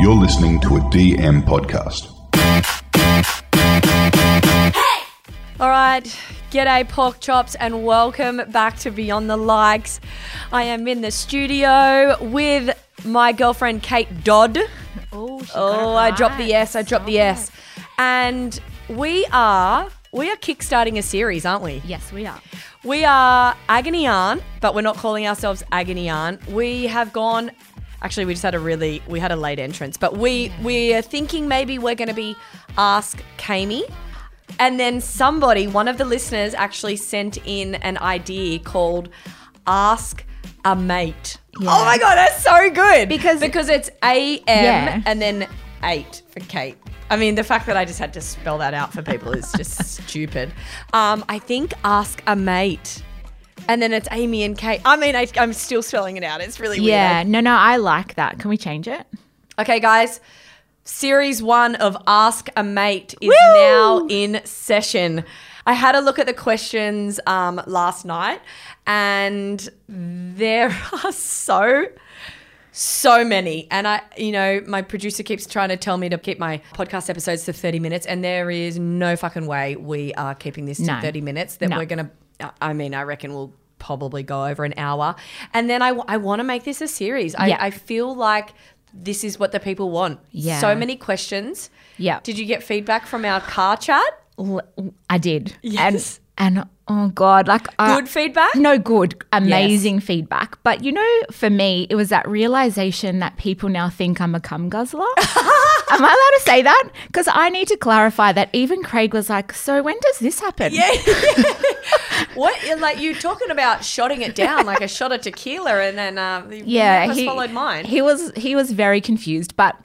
You're listening to a DM podcast. All right, g'day pork chops, and welcome back to Beyond the Likes. I am in the studio with my girlfriend Kate Dodd. Oh, she got it Oh, I dropped the right. S. I dropped the Solid. S. And we are we are kickstarting a series, aren't we? Yes, we are. We are Agony Yarn, but we're not calling ourselves Agony Yarn. We have gone. Actually, we just had a really we had a late entrance, but we we are thinking maybe we're going to be Ask Kami, and then somebody, one of the listeners, actually sent in an idea called Ask a Mate. Oh my god, that's so good Because- because it's A M Yeah. and then eight for Kate. I mean, the fact that I just had to spell that out for people is just stupid. Um, I think ask a mate. And then it's Amy and Kate. I mean, I, I'm still spelling it out. It's really Yeah, weird. no, no, I like that. Can we change it? Okay, guys. Series one of Ask a Mate is Woo! now in session. I had a look at the questions um, last night, and there are so, so many. And I, you know, my producer keeps trying to tell me to keep my podcast episodes to 30 minutes, and there is no fucking way we are keeping this to No. 30 minutes that No. we're going to, I mean, I reckon we'll probably go over an hour. And then I, w- I want to make this a series. I, Yeah. I feel like this is what the people want. Yeah. So many questions. Yeah. Did you get feedback from our car chat? L- I did. Yes. And, and oh god, like I- Good feedback? No, good, amazing feedback. But you know, for me, it was that realization that people now think I'm a cum guzzler. Am I allowed to say that? Because I need to clarify that. Even Craig was like, "So when does this happen?" Yeah, What like you talking about shotting it down like a shot of tequila and then uh, yeah. he followed mine. He was he was very confused, but.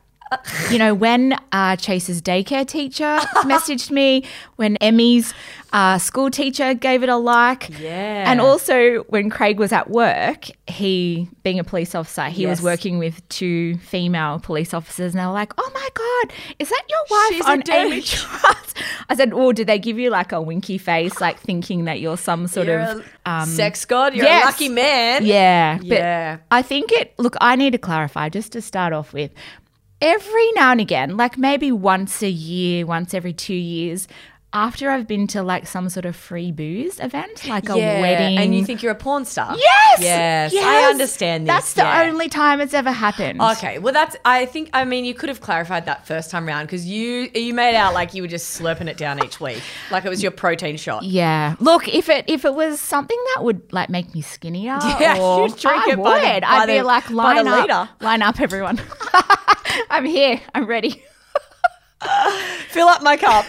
You know, when uh, Chase's daycare teacher messaged me, when Emmy's uh, school teacher gave it a like, yeah. And also, when Craig was at work, he, being a police officer, he Yes. was working with two female police officers, and they were like, "Oh my god, is that your wife She's a on Amy douche." Trust?" I said, "Well, did they give you like a winky face, like thinking that you're some sort you're of um, a sex god, you're yes. a lucky man. yeah, but Yeah. I think it. Look, I need to clarify just to start off with. Every now and again, like maybe once a year, once every two years, after I've been to like some sort of free booze event, like Yeah, a wedding, And you think you're a porn star. Yes. Yes. I Yes! understand this. That's the yeah. only time it's ever happened. Okay, well, that's. I think. I mean, you could have clarified that first time round because you you made out like you were just slurping it down each week, like it was your protein shot. Yeah. Look, if it if it was something that would like make me skinnier, Yeah, or you'd drink I it by the- would. by I'd be the- like, by the line up, leader." line up, everyone. I'm here. I'm ready. Fill up my cup.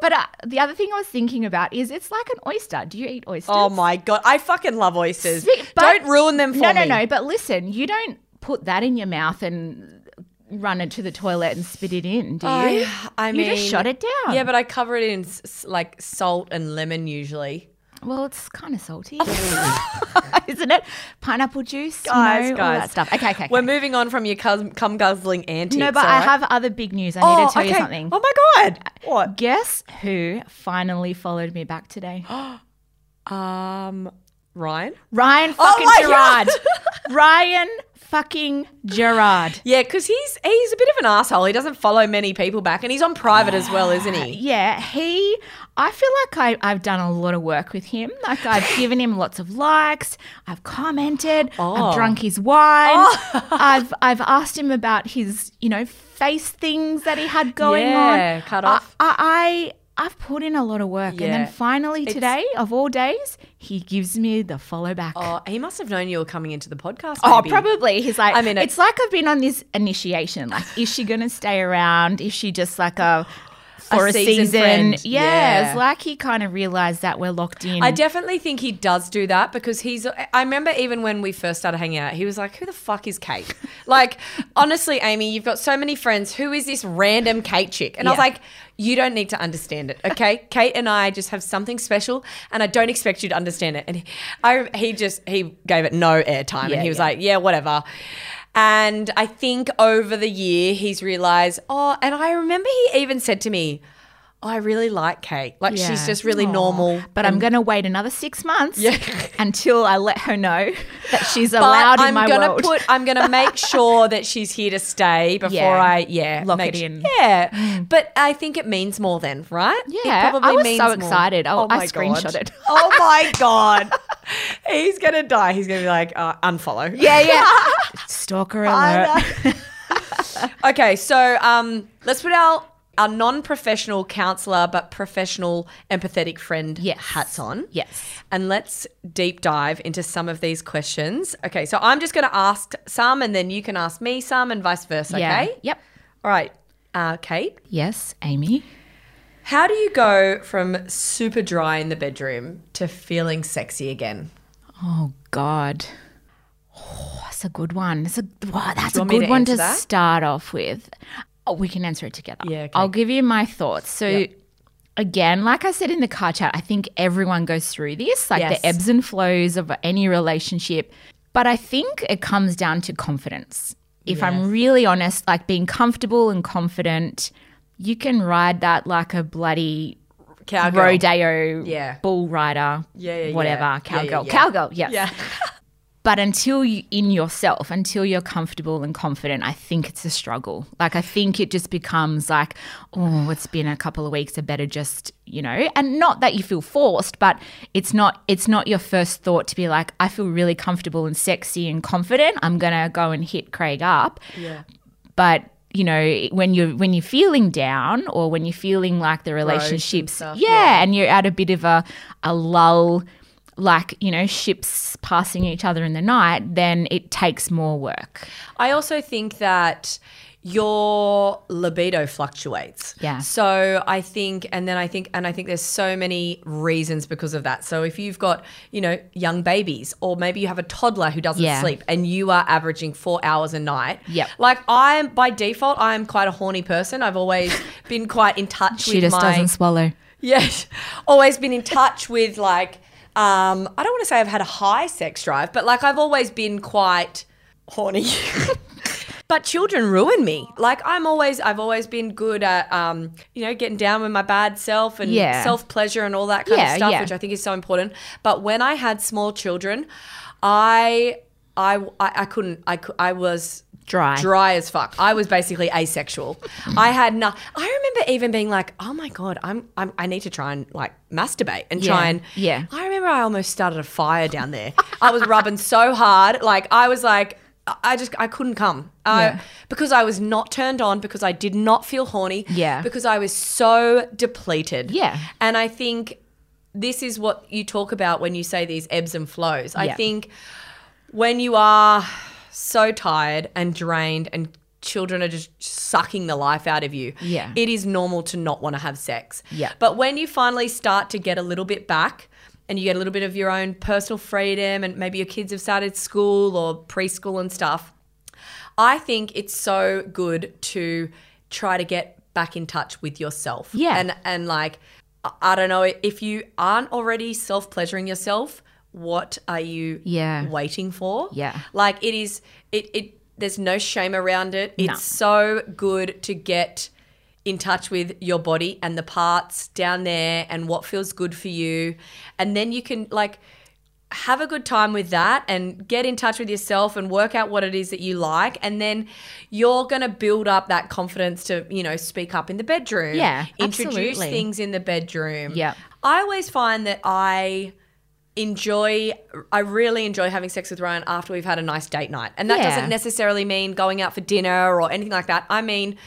But uh, the other thing I was thinking about is it's like an oyster. Do you eat oysters? Oh my god, I fucking love oysters. Spe- but- Don't ruin them for no, me. No, no, But listen, you don't put that in your mouth and run it to the toilet and spit it in, do you? I, I you mean, just shut it down. Yeah, but I cover it in s- s- like salt and lemon usually. Well, it's kind of salty, isn't it? Pineapple juice, Oh. Guys, you know, all guys. that stuff. Okay, okay. okay. We're moving on from your cum, cum guzzling antics. no, but all I right? have other big news. I Oh, need to tell you okay. something. Oh my god, what? Guess who finally followed me back today? Um, Ryan. Ryan Oh fucking my Gerard. Ryan fucking Gerard. Yeah, because he's he's a bit of an asshole. He doesn't follow many people back, and he's on private as well, isn't he? Yeah, he. I feel like I, I've done a lot of work with him. Like I've given him lots of likes. I've commented. Oh. I've drunk his wine. I've I've asked him about his you know face things that he had going Yeah, on. cut off. I, I I've put in a lot of work, and Yeah. then finally It's- today, of all days, he gives me the follow back. Oh, he must have known you were coming into the podcast. Oh, maybe. probably. He's like, I I mean, mean, it- it's like I've been on this initiation. Like, is she going to stay around? Is she just like a for a, season season? friend. Yeah, Yeah. it's like he kind of realized that we're locked in. I definitely think he does do that because he's. I remember even when we first started hanging out, he was like, "Who the fuck is Kate?" like, honestly, Amy, you've got so many friends. Who is this random Kate chick? And I was Yeah. like, "You don't need to understand it, okay? Kate and I just have something special, and I don't expect you to understand it." And he, I, he just he gave it no airtime, Yeah, and he was yeah. like, "Yeah, whatever." And I think over the year he's realized. Oh, and I remember he even said to me. oh, I really like Kate. Like she's Yeah. just really normal. But I'm going to wait another six months until I let her know that she's But allowed in I'm my gonna world. put. I'm gonna make sure that she's here to stay before Yeah. I yeah Lock make it su- in. Mm. Yeah, but I think it means more then, right? Yeah, it probably I was means so more. excited. I- I my screenshot God. it. oh my god, he's gonna die. He's gonna be like uh, unfollow. yeah, yeah. Stalker alert. okay, so um, let's put our our non-professional counselor but professional empathetic friend Yes. hats on. Yes. And let's deep dive into some of these questions. Okay, so I'm just going to ask some and then you can ask me some and vice versa, Yeah. okay? Yep. All right. Uh, Kate, Yes, Amy. how do you go from super dry in the bedroom to feeling sexy again? Oh God. Oh, that's a good one. That's a wow, that's a want me good to one answer to that? start off with. Oh, we can answer it together. Yeah, okay. I'll give you my thoughts. So again, like I said in the car chat, I think everyone goes through this, like Yes. the ebbs and flows of any relationship. But I think it comes down to confidence. If I'm really honest, like being comfortable and confident, you can ride that like a bloody Cowgirl. rodeo Yeah. bull rider, Yeah, yeah, yeah. whatever, Yeah, yeah, cowgirl. yeah. Cowgirl, yes. Yeah. But until you in yourself, until you're comfortable and confident, I think it's a struggle. Like I think it just becomes like, oh, it's been a couple of weeks, I better just, you know, and not that you feel forced, but it's not it's not your first thought to be like, I feel really comfortable and sexy and confident. I'm gonna go and hit Craig up Yeah. but you know when you're when you're feeling down or when you're feeling like the and relationships stuff, yeah, and you're at a bit of a a lull like you know ships passing each other in the night then it takes more work I also think that your libido fluctuates. Yeah. So I think, and then I think, and I think there's so many reasons because of that. So if you've got, you know, young babies, or maybe you have a toddler who doesn't Yeah. sleep and you are averaging four hours a night. Yep. Like I'm, by default, I'm quite a horny person. I've always been quite in touch she with just my. doesn't swallow Yes. Always been in touch with like um I don't want to say I've had a high sex drive, but like I've always been quite horny. but children ruin me. Like I'm always I've always been good at um you know getting down with my bad self and Yeah. self-pleasure and all that kind Yeah, of stuff yeah. which I think is so important. But when I had small children, I I, I, I couldn't I, cou- I was Dry. dry as fuck. I was basically asexual. I had no. I remember even being like, "Oh my god, I'm, I'm I need to try and like masturbate and try Yeah, and yeah. I remember I almost started a fire down there. I was rubbing so hard, like I was like, I- I just I couldn't come. I- Yeah. because I was not turned on because I did not feel horny. Yeah. because I was so depleted. Yeah. and I think. This is what you talk about when you say these ebbs and flows. I Yeah. think when you are so tired and drained and children are just sucking the life out of you Yeah. it is normal to not want to have sex Yeah. but when you finally start to get a little bit back and you get a little bit of your own personal freedom and maybe your kids have started school or preschool and stuff i think it's so good to try to get back in touch with yourself Yeah. and and like I- i don't know if you aren't already self-pleasuring yourself what are you Yeah. waiting for. Yeah. Like it is it it there's no shame around it. It's No. so good to get in touch with your body and the parts down there and what feels good for you. And then you can like have a good time with that and get in touch with yourself and work out what it is that you like and then you're going to build up that confidence to you know speak up in the bedroom Yeah, introduce absolutely. things in the bedroom Yeah. i always find that i enjoy I really enjoy having sex with Ryan after we've had a nice date night. And that Yeah. doesn't necessarily mean going out for dinner or anything like that. I mean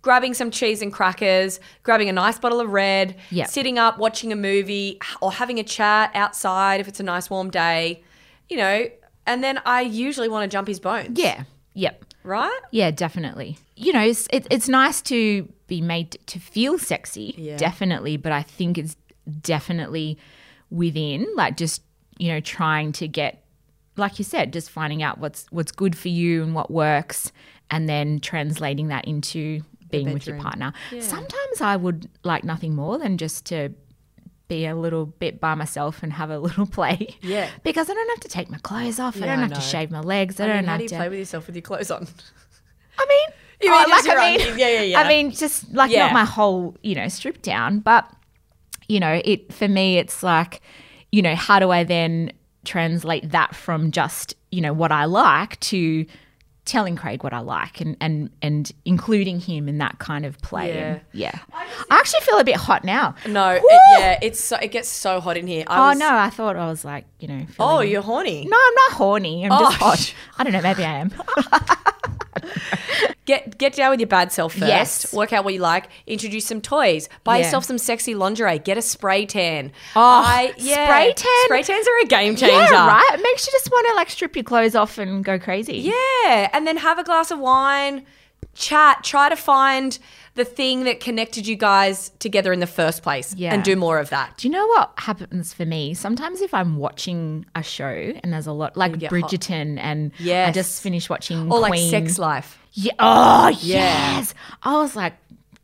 grabbing some cheese and crackers, grabbing a nice bottle of red, Yep. sitting up watching a movie or having a chat outside if it's a nice warm day, you know, and then I usually want to jump his bones. yeah yep Right? Yeah, definitely. You know, it's it, it's nice to be made t- to feel sexy, Yeah. definitely. But I think it's definitely within, like, just you know, trying to get, like you said, just finding out what's what's good for you and what works, and then translating that into being with your partner. Sometimes I would like nothing more than just to be a little bit by myself and have a little play. Yeah. Because I don't have to take my clothes off. I Yeah, don't I have to know. shave my legs. I, I don't mean, how have do you to play with yourself with your clothes on? I mean, You Oh, mean just your I mean, undies. Yeah, yeah, yeah. I mean, just like Yeah. not my whole, you know, strip down, but you know, it for me, it's like, you know, how do I then translate that from just you know what I like to telling Craig what I like and and and including him in that kind of play? Yeah. And- yeah. I actually feel a bit hot now. no, it, Woo! yeah, it's so, it gets so hot in here. I Oh was- no, I thought I was like, you know. Oh, feeling- you're horny. No, I'm not horny. I'm just Oh, hot. sh- I don't know. Maybe I am. Get get down with your bad self first. Yes. Work out what you like. Introduce some toys. Buy Yeah. yourself some sexy lingerie. Get a spray tan. Oh, spray tan? Spray tans are a game changer. Yeah, right. It makes you just want to like strip your clothes off and go crazy. Yeah, and then have a glass of wine, chat, try to find the thing that connected you guys together in the first place Yeah. and do more of that. Do you know what happens for me? Sometimes if I'm watching a show and there's a lot like get hot. Bridgerton and I Yes. just finished watching Or like Queen. sex life. Yeah. Oh Yeah. yes. I was like,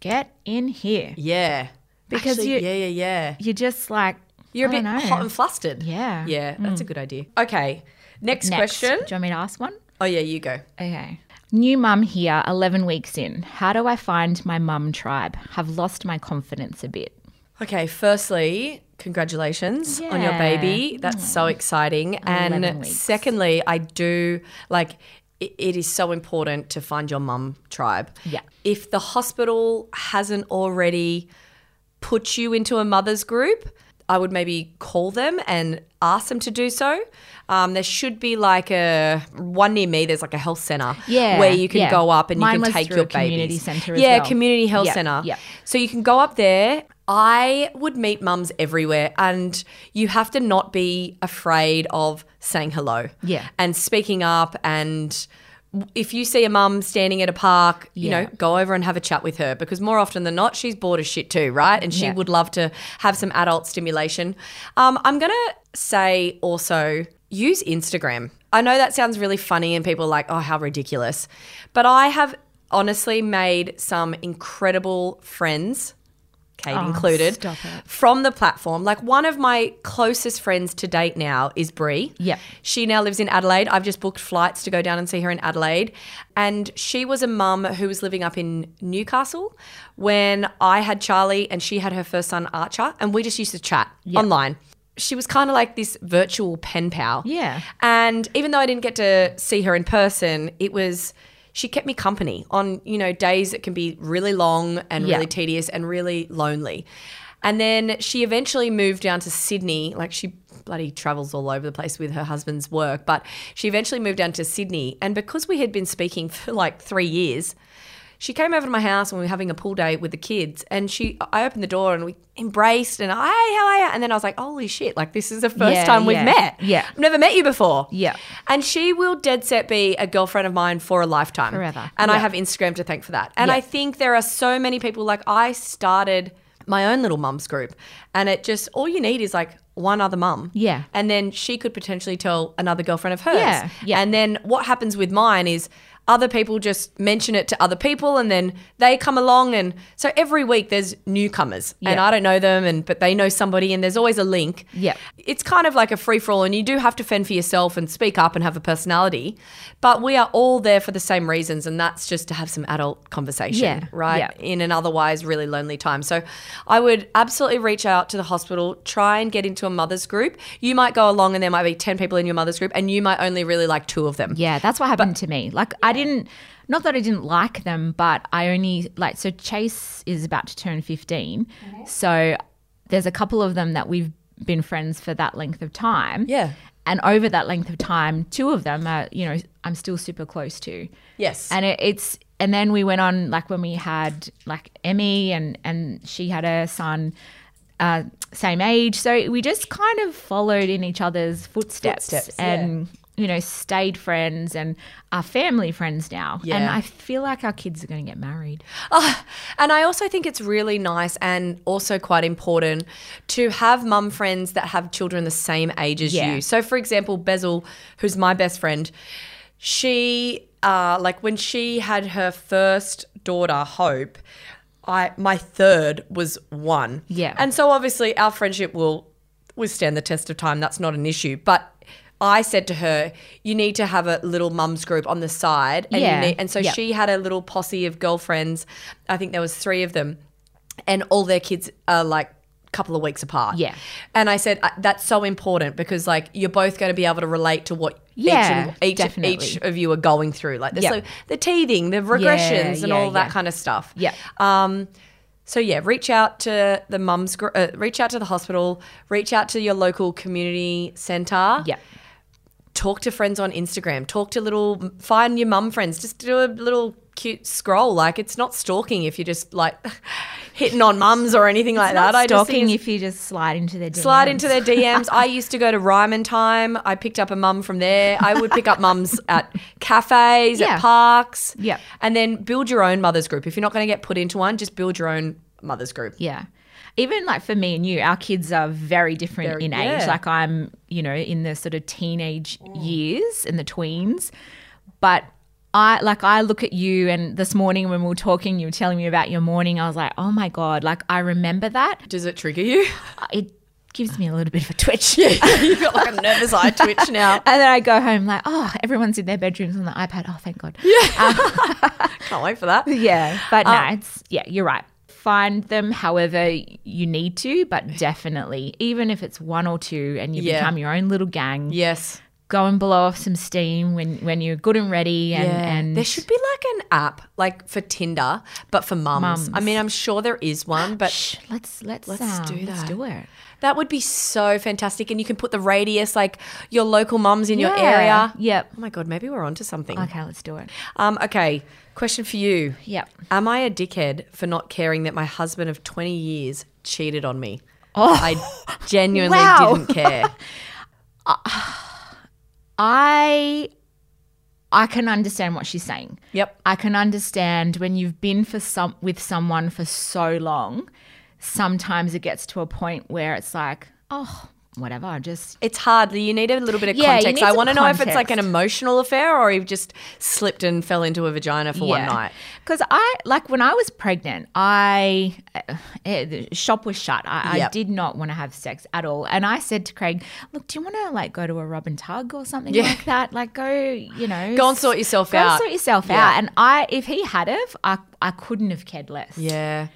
get in here. Yeah. Because Actually, you- yeah, yeah, yeah. You're just like You're a I bit don't know. hot and flustered. Yeah. Mm. Yeah, that's a good idea. Okay. Next, Next. question. Do you want me to ask one? Oh yeah, you go. Okay. New mum here, 11 weeks in. How do I find my mum tribe? Have lost my confidence a bit. Okay, firstly, congratulations on your Yeah. baby. That's so exciting. 11 And weeks. secondly, I do like it, it is so important to find your mum tribe. Yeah. If the hospital hasn't already put you into a mother's group, I would maybe call them and ask them to do so. Um, there should be like a one near me. There's like a health center Yeah, where you can yeah. go up and Mine you can was take through your a community babies. centre as yeah, well. community health Yeah, center. yeah. So you can go up there. I would meet mums everywhere, and you have to not be afraid of saying hello. Yeah. And speaking up. And if you see a mum standing at a park, Yeah. you know, go over and have a chat with her because more often than not, she's bored as shit too, right? And she Yeah. would love to have some adult stimulation. Um, I'm going to say also use Instagram. I know that sounds really funny and people are like, oh, how ridiculous. But I have honestly made some incredible friends Kate Oh, included, stop it. from the platform. Like one of my closest friends to date now is Brie. Yep. She now lives in Adelaide. I've just booked flights to go down and see her in Adelaide. And she was a mum who was living up in Newcastle when I had Charlie and she had her first son, Archer. And we just used to chat online. She was kind of like this virtual pen pal. Yeah. And even though I didn't get to see her in person, it was she kept me company on, you know, days that can be really long and Yeah. really tedious and really lonely. And then she eventually moved down to Sydney, like she bloody travels all over the place with her husband's work, but she eventually moved down to Sydney and because we had been speaking for like 3 years, she came over to my house and we were having a pool day with the kids. And she, I opened the door and we embraced and hey, how are you? And then I was like, holy shit! Like this is the first Yeah, time we've yeah, met. yeah. I've never met you before. Yeah. And she will dead set be a girlfriend of mine for a lifetime. Forever. And I Yeah. have Instagram to thank for that. And Yeah. I think there are so many people like I started my own little mums group and it just all you need is like one other mum. Yeah. And then she could potentially tell another girlfriend of hers. Yeah, yeah. And then what happens with mine is other people just mention it to other people and then they come along and so every week there's newcomers and Yeah. I don't know them and but they know somebody and there's always a link. Yeah. It's kind of like a free for all, and you do have to fend for yourself and speak up and have a personality. But we are all there for the same reasons, and that's just to have some adult conversation, Yeah, right? yeah. In an otherwise really lonely time. So I would absolutely reach out to the hospital, try and get into a mother's group. You might go along, and there might be 10 people in your mother's group, and you might only really like two of them. Yeah, that's what happened to me. Like I didn't not that I didn't like them, but I only like so Chase is about to turn 15. So there's a couple of them that we've been friends for that length of time. Yeah. And over that length of time, two of them are, you know, I'm still super close to. Yes. And it, it's and then we went on like when we had like Emmy and and she had her son uh, same age, so we just kind of followed in each other's footsteps, Footsteps, yeah. and you know stayed friends and are family friends now. And Yeah. I feel like our kids are going to get married. Ah, and I also think it's really nice and also quite important to have mum friends that have children the same age as Yeah. you. So, for example, Bezel, who's my best friend, she, uh, like when she had her first daughter, Hope, I my third was one. Yeah. And so obviously our friendship will withstand the test of time. That's not an issue. But I said to her, "You need to have a little mums group on the side." And, you Yeah. need- and so Yep. she had a little posse of girlfriends. I think there was three of them, and all their kids are like a couple of weeks apart. Yeah. And I said "I- that's so important because like you're both going to be able to relate to what Yeah, each and, definitely. each each of you are going through like this Yep. like the teething, the regressions and yeah, all that yeah. kind of stuff. Yeah. Um, so yeah, reach out to the mums, gr- uh, reach out to the hospital, reach out to your local community centre. Yeah. Talk to friends on Instagram. Talk to little, find your mum friends. Just do a little cute scroll. Like it's not stalking if you're just like hitting on mums or anything like that. Not stalking I just if you just slide into their DMs. slide into their DMs. I used to go to Ryman Time. I picked up a mum from there. I would pick up mums at cafes, Yeah. at parks. Yeah. And then build your own mother's group. If you're not going to get put into one, just build your own mother's group. Yeah. Even like for me and you, our kids are very different Very- in yeah. Mm. age. Like I'm, you know, in the sort of teenage years and the tweens. But I like I look at you and this morning when we were talking, you were telling me about your morning. I was like, oh my God, like I remember that. Does it trigger you? It gives me a little bit of a twitch. You've got like a nervous eye twitch now. And then I go home like, oh, everyone's in their bedrooms on the iPad. Oh, thank God. Yeah. Can't wait for that. Yeah. But Uh, no, it's, yeah, you're right. Find them however you need to, but definitely, even if it's one or two and you Yeah. become your own little gang, Yes. go and blow off some steam when, when you're good and ready. And, and there should be like an app, like for Tinder, but for mums. I mean, I'm sure there is one, but Shh, let's, let's, Let's um, do Let's that. do it. that would be so fantastic. And you can put the radius, like your local mums in your Yeah. area. Yep. Oh my God, maybe we're onto something. Okay, let's do it. Um, okay, question for you. Yep. Am I a dickhead for not caring that my husband of 20 years cheated on me? Oh, I genuinely Wow. didn't care. I, I can understand what she's saying. Yep. I can understand when you've been for some with someone for so long, sometimes it gets to a point where it's like, oh, whatever, I just It's hard. You need a little bit of Yeah, you context. need I some want to know if it's like an context. emotional affair or he just slipped and fell into a vagina for one night. Because I like when I was pregnant, I uh, eh, the shop was shut. I, Yep. I did not want to have sex at all, and I said to Craig, "Look, do you want to like go to a rub and tug or something Yeah. like that? Like go, you know, Go and sort yourself go out. sort yourself Yeah. out." And I, if he had have, I I couldn't have cared less. Yeah.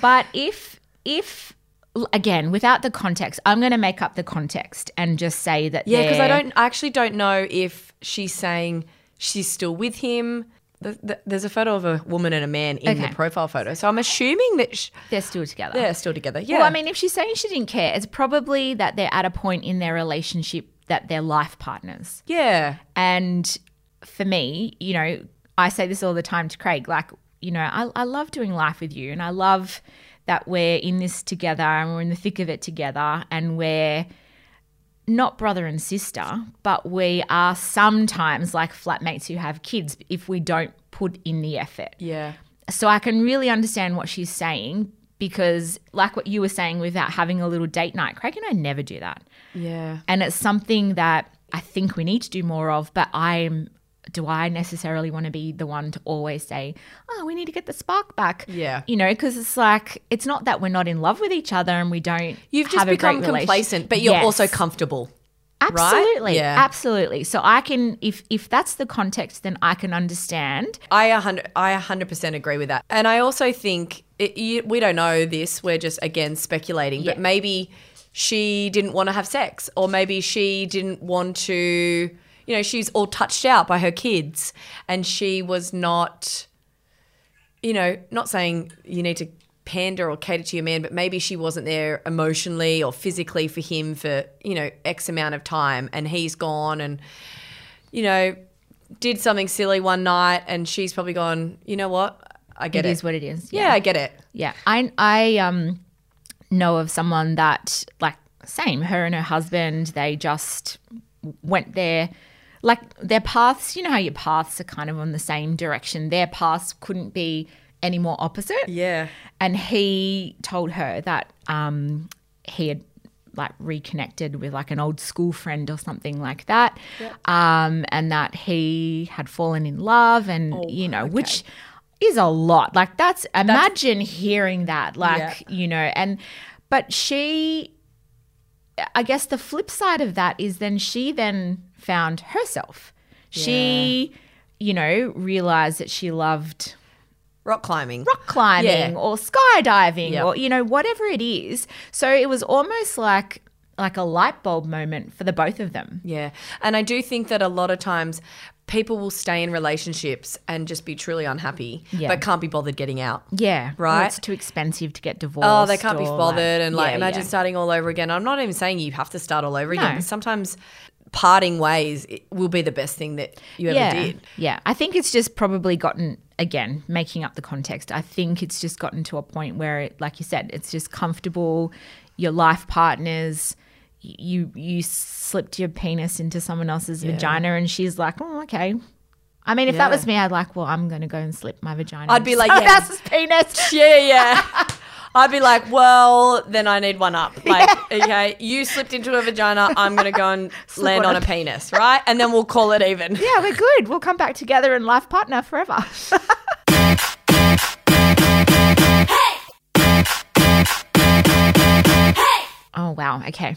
But if if l- again without the context, I'm going to make up the context and just say that. Yeah, because I they're- don't. I actually don't know if she's saying she's still with him. The, the, there's a photo of a woman and a man in the Okay. profile photo, so I'm assuming that sh- They're still together. they're still together. Yeah. Well, I mean, if she's saying she didn't care, it's probably that they're at a point in their relationship that they're life partners. yeah. And for me, you know, I say this all the time to Craig, like, you know, I, I love doing life with you and I love that we're in this together and we're in the thick of it together and we're not brother and sister, but we are sometimes like flatmates who have kids if we don't put in the effort. Yeah. So I can really understand what she's saying because, like what you were saying, without having a little date night, Craig and I never do that. Yeah. And it's something that I think we need to do more of, but I'm. Do I necessarily want to be the one to always say, oh, we need to get the spark back? Yeah. You know, because it's like, it's not that we're not in love with each other and we don't. You've just have a become great relation- complacent, but you're Yes. also comfortable. Absolutely. Yeah. Absolutely. So I can, if if that's the context, then I can understand. I 100, I 100% agree with that. And I also think it, you, we don't know this. We're just, again, speculating, but Yeah. maybe she didn't want to have sex, or maybe she didn't want to, you know, she's all touched out by her kids and she was not, you know, not saying you need to pander or cater to your man, but maybe she wasn't there emotionally or physically for him for, you know, X amount of time and he's gone and you know, did something silly one night and she's probably gone, you know what? I get it. it is what it is. yeah, I get it. Yeah, I I um know of someone that like same her and her husband they just went there like their paths you know how your paths are kind of on the same direction their paths couldn't be any more opposite Yeah. and he told her that um, he had like reconnected with like an old school friend or something like that um, and that he had fallen in love and you know which is a lot like that's imagine hearing that like you know and but she I guess the flip side of that is then she then found herself. She, you know, realized that she loved Rock climbing. rock climbing Yeah. or skydiving Yep. or you know whatever it is. So it was almost like like a light bulb moment for the both of them. Yeah. And I do think that a lot of times people will stay in relationships and just be truly unhappy, Yeah. but can't be bothered getting out. Yeah, Or Right. it's too expensive to get divorced. Oh, they can't be or, bothered and like yeah, imagine yeah. starting all over again. I'm not even saying you have to start all over No. again. But sometimes parting ways i- will be the best thing that you ever yeah, did. yeah. I think it's just probably gotten again making up the context. I think it's just gotten to a point where, it, like you said, it's just comfortable. Your life partners, y- you you slipped your penis into someone else's vagina, and she's like, "Oh, okay." I mean, if that Yeah. was me, I'd like, well, I'm gonna go and slip my vagina. I'd be into like, someone yeah. else's penis. Yeah, yeah. I'd be like, well, then I need one up. Like, okay, you slipped into a vagina. I'm gonna go and land on on a penis, right? And then we'll call it even. Yeah, we're good. We'll come back together and life partner forever. Oh, wow. Okay.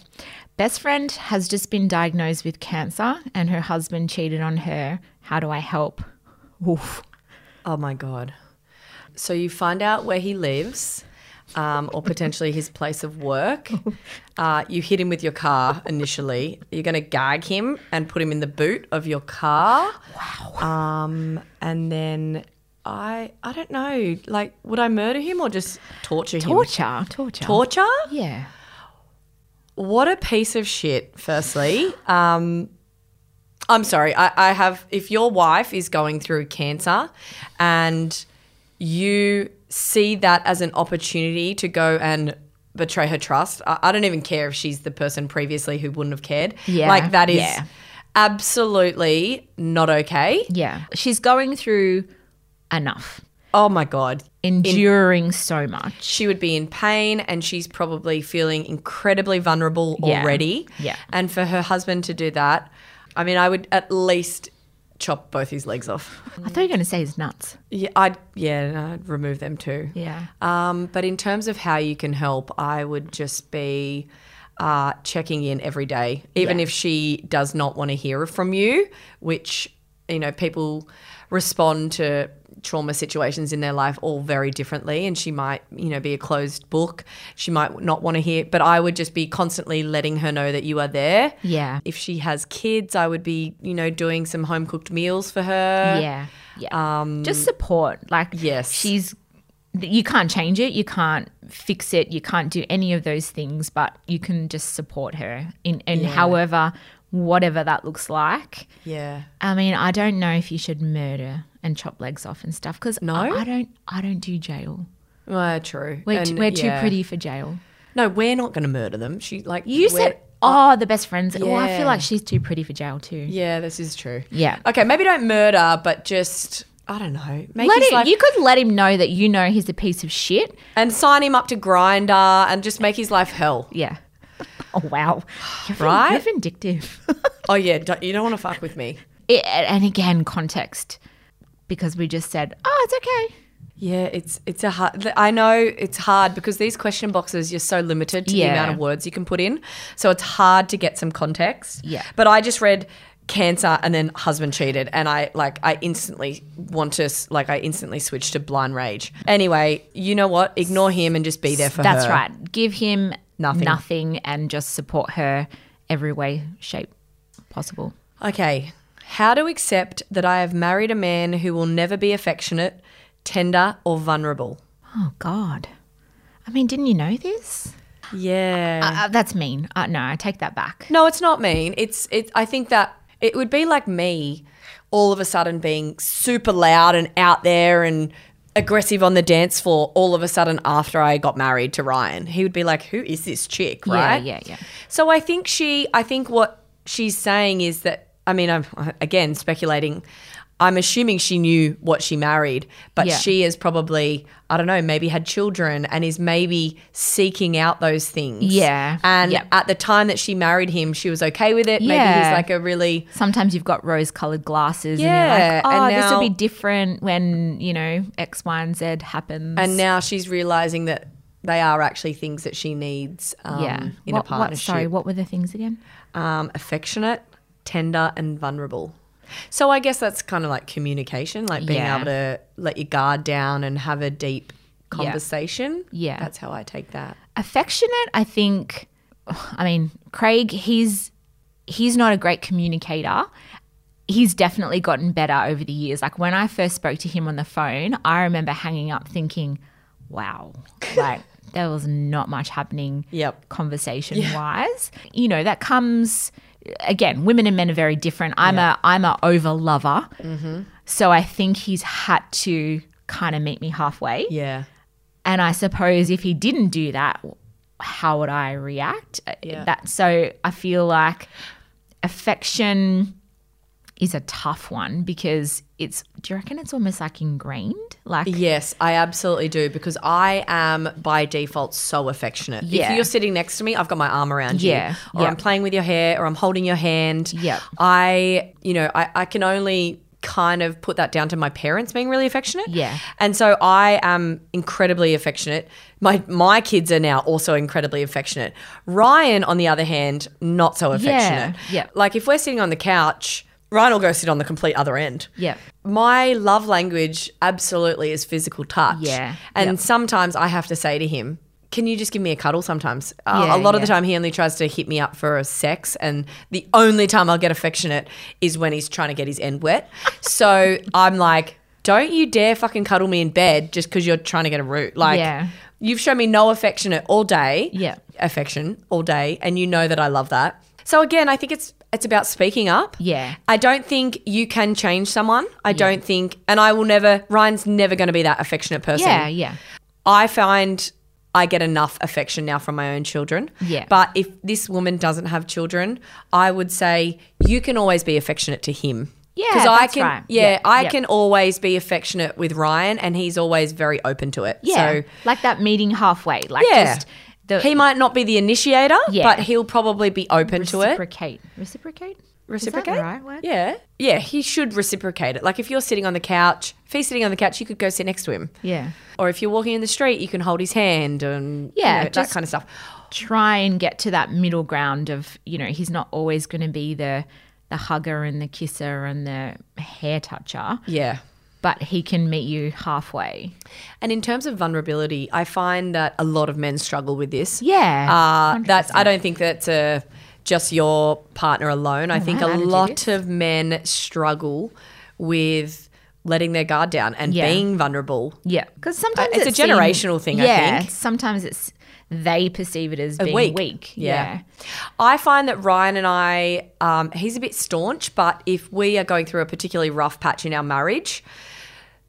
Best friend has just been diagnosed with cancer and her husband cheated on her. How do I help? Oof. Oh my god. So you find out where he lives. Um, or potentially his place of work. Uh, you hit him with your car initially. You're going to gag him and put him in the boot of your car. Wow. Um, and then I, I don't know. Like, would I murder him or just torture him? Torture. Torture. Torture? yeah. What a piece of shit, firstly. Um, I'm sorry. I, I have, if your wife is going through cancer and you see that as an opportunity to go and betray her trust, I, I don't even care if she's the person previously who wouldn't have cared. Yeah, Like, that is yeah. absolutely not okay. Yeah. She's going through enough, Oh my God. enduring so much. she would be in pain and she's probably feeling incredibly vulnerable Yeah. already. Yeah. And for her husband to do that, I mean, I would at least chop both his legs off. I thought you were going to say it's nuts. Yeah, I'd yeah, no, I'd remove them too. Yeah. Um, but in terms of how you can help, I would just be uh, checking in every day, even Yeah. if she does not want to hear from you, which, you know, people respond to trauma situations in their life all very differently. And she might, you know, be a closed book. She might not want to hear, but I would just be constantly letting her know that you are there. Yeah. If she has kids, I would be, you know, doing some home cooked meals for her. Yeah. Yeah. just support. Like, Um, Yes. she's, you can't change it. You can't fix it. You can't do any of those things, but you can just support her in, in however, whatever that looks like. Yeah. I mean, I don't know if you should murder and chop legs off and stuff because No? I, I don't, I don't do jail. Well, true. We're, t- And, we're too yeah. pretty for jail. No, we're not going to murder them. She like You we're- said, oh, the best friends. Well, I Yeah. feel like she's too pretty for jail too. yeah, this is true. Yeah. Okay, maybe don't murder, but just I don't know. Make Let his him, life- you could let him know that you know he's a piece of shit. and sign him up to grinder and just make his life hell. Yeah. Oh wow. You're vin- Right? You're vindictive. Oh yeah, don't, you don't want to fuck with me. It- and again, context, because we just said, oh, it's okay. Yeah, it's it's a hard. th- I know it's hard because these question boxes you're so limited to Yeah. the amount of words you can put in, so it's hard to get some context. Yeah. But I just read cancer and then husband cheated, and I like I instantly want to s- like I instantly switch to blind rage. Anyway, you know what? Ignore him and just be there for That's her. right. Give him Nothing. nothing, and just support her every way, shape possible. Okay. How to accept that I have married a man who will never be affectionate, tender, or vulnerable? Oh God. I mean, didn't you know this? Yeah. Uh, that's mean. Uh, no, I take that back. No, it's not mean. It's it. I think that it would be like me, all of a sudden being super loud and out there and aggressive on the dance floor. All of a sudden, after I got married to Ryan, he would be like, "Who is this chick?" Right? yeah, yeah. So I think she. I think what she's saying is that. I mean, I'm again speculating. I'm assuming she knew what she married, but Yeah. she is probably, I don't know, maybe had children and is maybe seeking out those things. Yeah. And Yep. at the time that she married him, she was okay with it. Maybe Yeah. he's like a really Sometimes you've got rose-colored glasses, Yeah, and you're like, "Oh, and this will be now- different when you know X, Y, and Z happens." and now she's realizing that they are actually things that she needs um, in a what, What, sorry, partnership. what were the things again? um, affectionate, tender and vulnerable. So I guess that's kind of like communication, like being Yeah. able to let your guard down and have a deep conversation. Yeah. That's how I take that. affectionate i think i mean craig he's he's not a great communicator he's definitely gotten better over the years like when i first spoke to him on the phone i remember hanging up thinking wow like there was not much happening Yep. conversation wise you know that comes again women and men are very different i'm a i'm a over lover so i think he's had to kind of meet me halfway Yeah. and I suppose if he didn't do that, how would I react? Uh, That so I feel like affection is a tough one because it's. Do you reckon it's almost like ingrained? Like Yes, I absolutely do because I am by default so affectionate. Yeah. If you're sitting next to me, I've got my arm around you. Yeah, Or yeah. I'm playing with your hair or I'm holding your hand. Yep. I, you know, I, I can only kind of put that down to my parents being really affectionate. Yeah. And so I am incredibly affectionate. My my kids are now also incredibly affectionate. Ryan, on the other hand, not so affectionate. yep. Like if we're sitting on the couch, Ryan will go sit on the complete other end. Yep. My love language absolutely is physical touch. Yeah, And yep. sometimes I have to say to him, can you just give me a cuddle sometimes? Uh, Yeah, a lot of the yeah. time he only tries to hit me up for a sex and the only time I'll get affectionate is when he's trying to get his end wet. So I'm like, don't you dare fucking cuddle me in bed just because you're trying to get a root. Like Yeah. you've shown me no affectionate all day. Yeah. Affection all day and you know that I love that. So again, I think it's it's about speaking up. Yeah. I don't think you can change someone. I don't think, and I will never, Ryan's never going to be that affectionate person. yeah, yeah, I find I get enough affection now from my own children. Yeah. But if this woman doesn't have children, I would say you can always be affectionate to him. Yeah, I that's can, right. yeah, Yeah, I yeah. can always be affectionate with Ryan, and he's always very open to it. yeah. So like that meeting halfway. Like Yeah. just the he might not be the initiator, Yeah. but he'll probably be open to it. reciprocate, reciprocate, reciprocate. Is that the right word? Yeah, yeah. He should reciprocate it. Like if you're sitting on the couch, if he's sitting on the couch, you could go sit next to him. yeah. Or if you're walking in the street, you can hold his hand and you Yeah, know, that just- kind of stuff. try and get to that middle ground of you know he's not always going to be the the hugger and the kisser and the hair toucher Yeah. but he can meet you halfway And in terms of vulnerability, I find that a lot of men struggle with this. yeah Uh, that's. I don't think that's a, just your partner alone. I think wow, a how did you lot of men struggle with letting their guard down and Yeah. being vulnerable. yeah because sometimes Uh, it's a it seem- generational thing, I yeah, think. sometimes it's they perceive it as being weak. weak, Yeah. I find that Ryan and I, um, he's a bit staunch, but if we are going through a particularly rough patch in our marriage,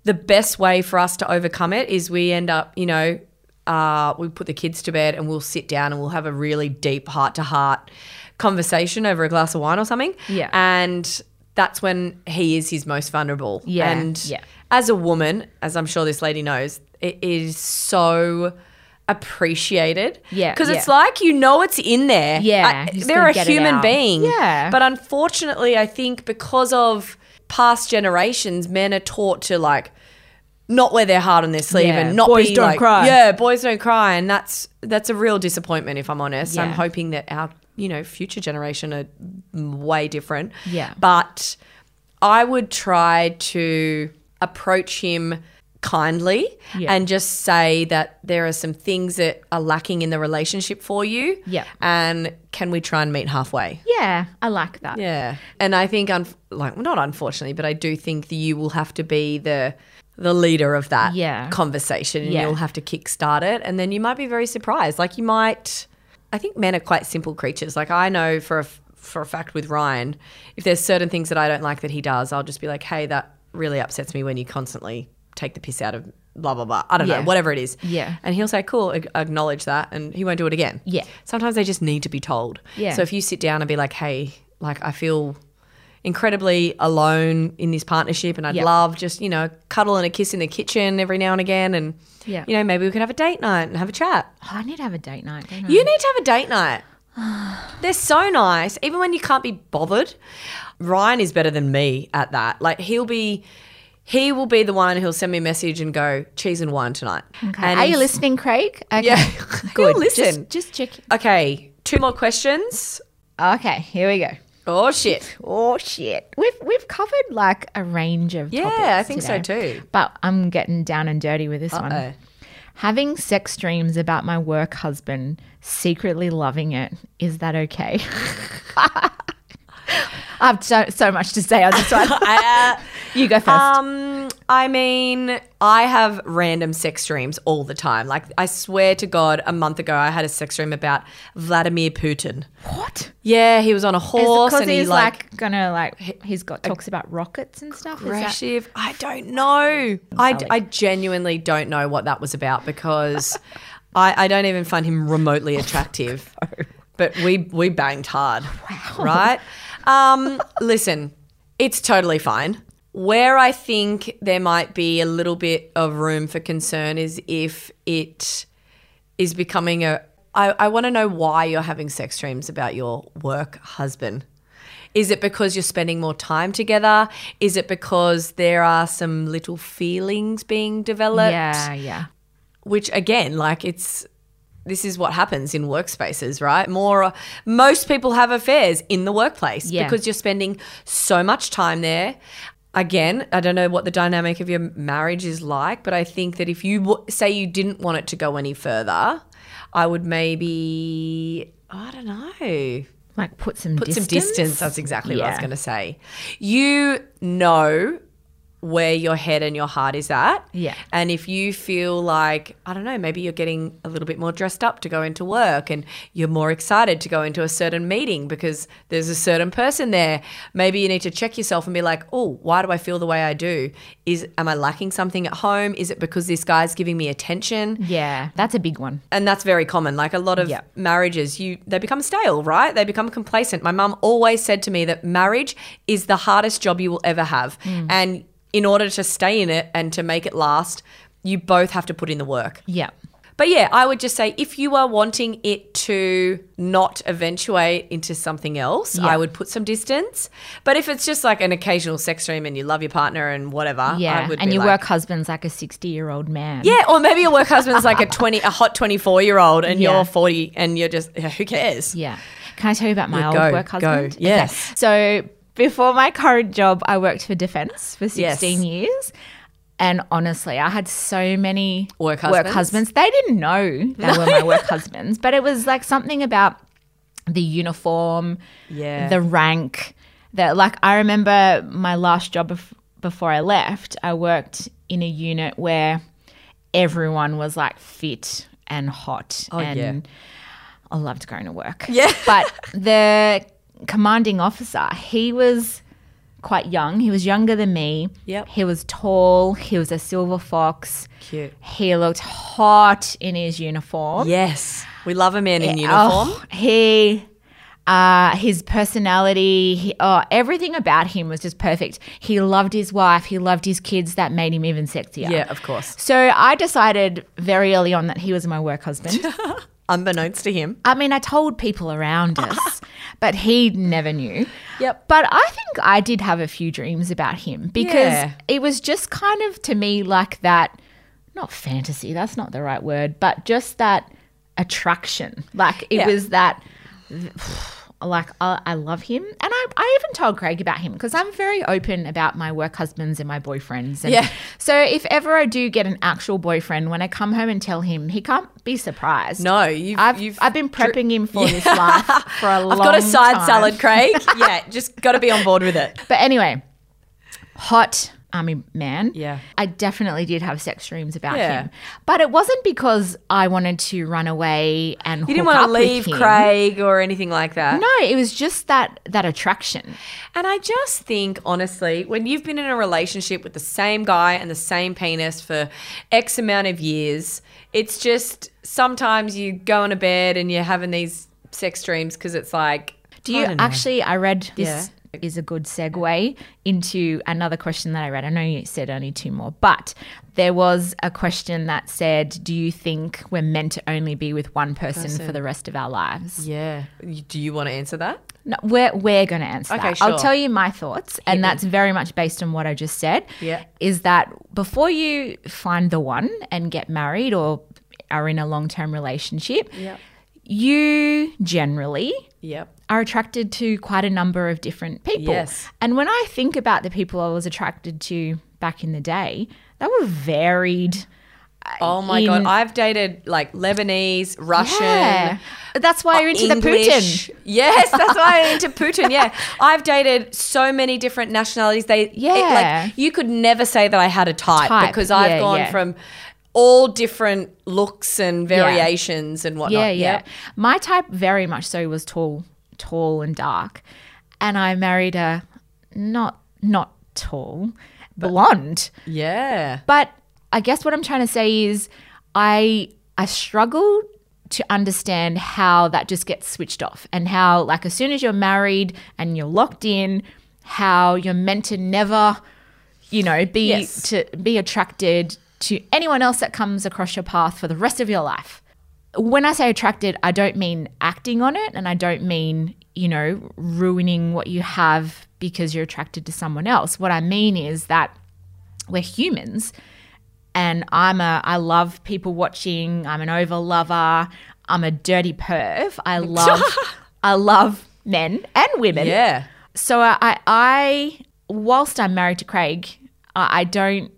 the best way for us to overcome it is we end up, you know, uh, we put the kids to bed and we'll sit down and we'll have a really deep heart to heart conversation over a glass of wine or something. Yeah. And that's when he is his most vulnerable. Yeah, And yeah. as a woman, as I'm sure this lady knows, it is so appreciated. Yeah, Because it's yeah. like you know it's in there. Yeah, I- you just they're gotta a get it human out. being. Yeah. But unfortunately, I think because of past generations, men are taught to like not wear their heart on their sleeve Yeah, and not boys be don't like, cry. yeah, boys don't cry, and that's that's a real disappointment. If I'm honest, I'm Yeah. hoping that our you know future generation are way different. Yeah. but I would try to approach him kindly Yeah. and just say that there are some things that are lacking in the relationship for you. Yeah. and can we try and meet halfway? yeah i like that Yeah, and I think, un- like, well, not unfortunately, but I do think that you will have to be the the leader of that Yeah. conversation, and Yeah. you'll have to kickstart it, and then you might be very surprised. Like, you might. I think men are quite simple creatures. Like, I know for a f- for a fact with Ryan, if there's certain things that I don't like that he does, I'll just be like, "Hey, that really upsets me when you constantly take the piss out of." Blah blah blah. I don't Yeah. know, whatever it is. Yeah. and he'll say, "Cool, ag- acknowledge that," and he won't do it again. Yeah. sometimes they just need to be told. Yeah. So if you sit down and be like, hey, like I feel incredibly alone in this partnership and I'd Yeah. love just, you know, cuddle and a kiss in the kitchen every now and again and Yeah. you know, maybe we could have a date night and have a chat. Oh, i need to have a date night don't I? You need to have a date night. They're so nice, even when you can't be bothered. Ryan is better than me at that. Like he'll be he will be the one who'll send me a message and go, cheese and wine tonight. Okay. And are you he's- listening craig okay. Yeah. He'll good listen. just, just check Okay, two more questions. okay here we go Oh shit. Oh shit. We've we've covered like a range of Yeah, topics I think so today. too. But I'm getting down and dirty with this Uh-oh. one. Having sex dreams about my work husband, secretly loving it. Is that okay? I have so, so much to say on this one. I, uh, you go first. Um, I mean, I have random sex dreams all the time. Like, I swear to God, a month ago, I had a sex dream about Vladimir Putin. what? Yeah, he was on a horse Because and he he's like, like, gonna like he's got talks about rockets and stuff. Is that- aggressive. I don't know. I, d- I genuinely don't know what that was about because I, I don't even find him remotely attractive. But we we banged hard, right? Um, listen, it's totally fine. Where I think there might be a little bit of room for concern is if it is becoming a. I, I want to know why you're having sex dreams about your work husband. Is it because you're spending more time together? Is it because there are some little feelings being developed? yeah, yeah. Which again, like it's this is what happens in workspaces, right? More most people have affairs in the workplace Yeah. because you're spending so much time there. Again, I don't know what the dynamic of your marriage is like, but I think that if you w- say you didn't want it to go any further, I would maybe I don't know Like put some put distance. some distance. That's exactly what I was Yeah. going to say. You know where your head and your heart is at. Yeah. And if you feel like, I don't know, maybe you're getting a little bit more dressed up to go into work and you're more excited to go into a certain meeting because there's a certain person there. Maybe you need to check yourself and be like, "Oh, why do I feel the way I do? Is am I lacking something at home? Is it because this guy's giving me attention?" Yeah, that's a big one. and that's very common like a lot of Yep. marriages you they become stale right they become complacent my mum always said to me that marriage is the hardest job you will ever have Mm. and in order to stay in it and to make it last you both have to put in the work Yeah. but yeah i would just say if you are wanting it to not eventuate into something else i would put some distance but if it's just like an occasional sex dream and you love your partner and whatever Yeah. I would And be your like, work husband's like a 60 year old man. yeah, or maybe your work husband's like a twenty, a hot twenty-four year old, and Yeah. you're forty, and you're just yeah, who cares? Yeah. Can I tell you about my Yeah, old go, work go. husband? Okay. Yes. So before my current job, I worked for defense for 16 Yes. years. And honestly, I had so many Work husbands? husbands. They didn't know they were my work husbands, but it was like something about the uniform, Yeah. the rank. That like I remember my last job bef- before I left, I worked in a unit where everyone was like fit and hot and Oh, yeah. I loved going to work. Yeah. but the commanding officer, he was quite young. He was younger than me. Yep. He was tall. He was a silver fox. Cute. He looked hot in his uniform. Yes, we love a man in uniform. Oh, he uh, his personality, he, oh, everything about him was just perfect. He loved his wife, he loved his kids, that made him even sexier. Yeah, of course. So I decided very early on that he was my work husband. Unbeknownst to him. I mean, I told people around us, but he never knew. Yep. But I think I did have a few dreams about him because Yeah. it was just kind of to me like that, not fantasy, that's not the right word, but just that attraction. Like it Yeah. was that, like, I, I love him. And I, I even told Craig about him because I'm very open about my work husbands and my boyfriends. And Yeah. So if ever I do get an actual boyfriend, when I come home and tell him, he can't be surprised. No, you've. I've, you've I've been prepping him for this life for a long I've got a side time. salad, Craig. yeah, just got to be on board with it. But anyway, hot army man. Yeah. I definitely did have sex dreams about Yeah. him. But it wasn't because I wanted to run away and You didn't want to leave Craig. Craig or anything like that. No, it was just that that attraction. And I just think, honestly, when you've been in a relationship with the same guy and the same penis for X amount of years, it's just sometimes you go into bed and you're having these sex dreams because it's like, Do you actually? I read this Yeah. is a good segue into another question that I read. I know you said only two more, but there was a question that said, "Do you think we're meant to only be with one person, for the rest of our lives?" yeah. Do you want to answer that? No, we're we're going to answer Okay, that. I'll sure. tell you my thoughts, and that's very much based on what I just said. Yeah. is that before you find the one and get married or are in a long term relationship, Yeah. you generally Yep. are attracted to quite a number of different people. Yes. And when I think about the people I was attracted to back in the day, they were varied. Oh my Uh, in- god, I've dated like Lebanese, Russian. Yeah. That's why you're into the Putin. Oh, English. Yes, that's why I'm into Putin. Yeah, I've dated so many different nationalities. They it- Yeah. like you could never say that I had a type, Type, because I've yeah, gone yeah. from all different looks and variations and whatnot. Yeah, yeah. Yep. My type very much so was tall, tall and dark, and I married a not not tall, blonde. yeah. But I guess what I'm trying to say is I I struggle to understand how that just gets switched off and how like as soon as you're married and you're locked in, how you're meant to never, you know, be Yes. to be attracted to anyone else that comes across your path for the rest of your life. When I say attracted, I don't mean acting on it and I don't mean, you know, ruining what you have because you're attracted to someone else. What I mean is that we're humans and i'm a i love people watching i'm an over lover i'm a dirty perv i love i love men and women Yeah. so I, I i whilst i'm married to craig i, I don't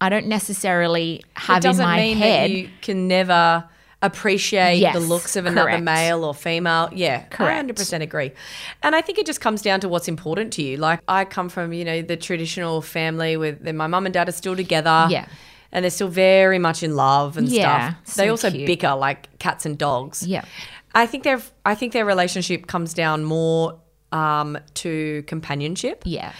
i don't necessarily have It doesn't in my mean head that you can never appreciate Yes, the looks of another correct. male or female. Yeah, I 100% agree. And I think it just comes down to what's important to you. Like I come from, you know, the traditional family with my mum and dad are still together. Yeah. And they're still very much in love and Yeah, stuff. They so also cute. bicker like cats and dogs. Yeah. I think their I think their relationship comes down more um, to companionship. yeah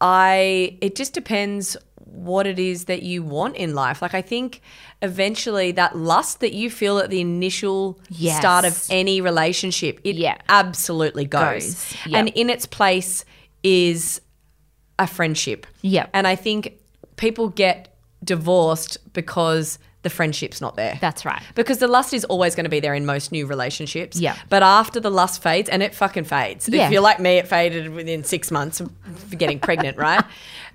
I it just depends what it is that you want in life. Like I think eventually that lust that you feel at the initial Yes. start of any relationship, it Yeah. absolutely goes. Goes, And yep. in its place is a friendship. Yep. And I think people get divorced because the friendship's not there. that's right Because the lust is always going to be there in most new relationships. Yeah. But after the lust fades, and it fucking fades. Yeah. If you're like me, it faded within six months of getting pregnant, right?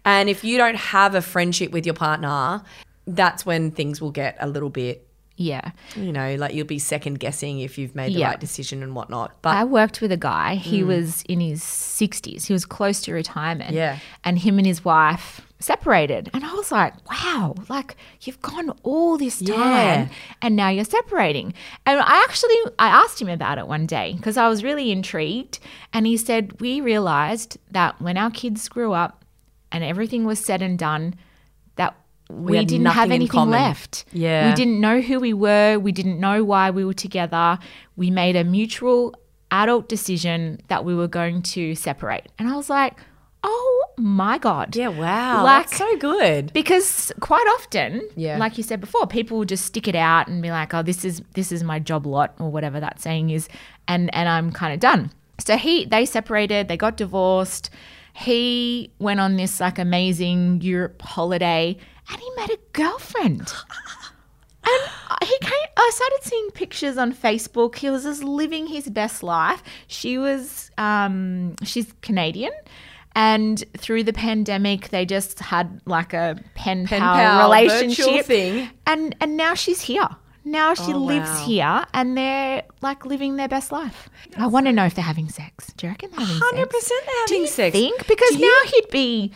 And if you don't have a friendship with your partner, that's when things will get a little bit, yeah you know, like you'll be second guessing if you've made the Yeah. right decision and whatnot. But Mm. I worked with a guy. He was in his 60s. He was close to retirement. Yeah. And him and his wife separated. And I was like, wow, like you've gone all this time Yeah. and now you're separating. And I actually I asked him about it one day because I was really intrigued and he said, "We realized that when our kids grew up and everything was said and done, that we, had didn't have nothing in anything common. left. Yeah. We didn't know who we were. We didn't know why we were together. We made a mutual adult decision that we were going to separate. And I was like, oh my God. yeah, wow. Like- that's so good. Because quite often, Yeah. like you said before, people will just stick it out and be like, "Oh, this is this is my job lot" or whatever that saying is, and and I'm kind of done. So he they separated, they got divorced. He went on this like amazing Europe holiday, and he met a girlfriend. And he came. I started seeing pictures on Facebook. He was just living his best life. She was. Um, she's Canadian, and through the pandemic, they just had like a pen, pal, pal, virtual relationship thing. Oh, And and now she's here. Now she lives wow. here, and they're like living their best life. I want to know if they're having sex. Do you reckon they're having Hundred sex? percent Do having you sex. think? Because Do now you- he'd be,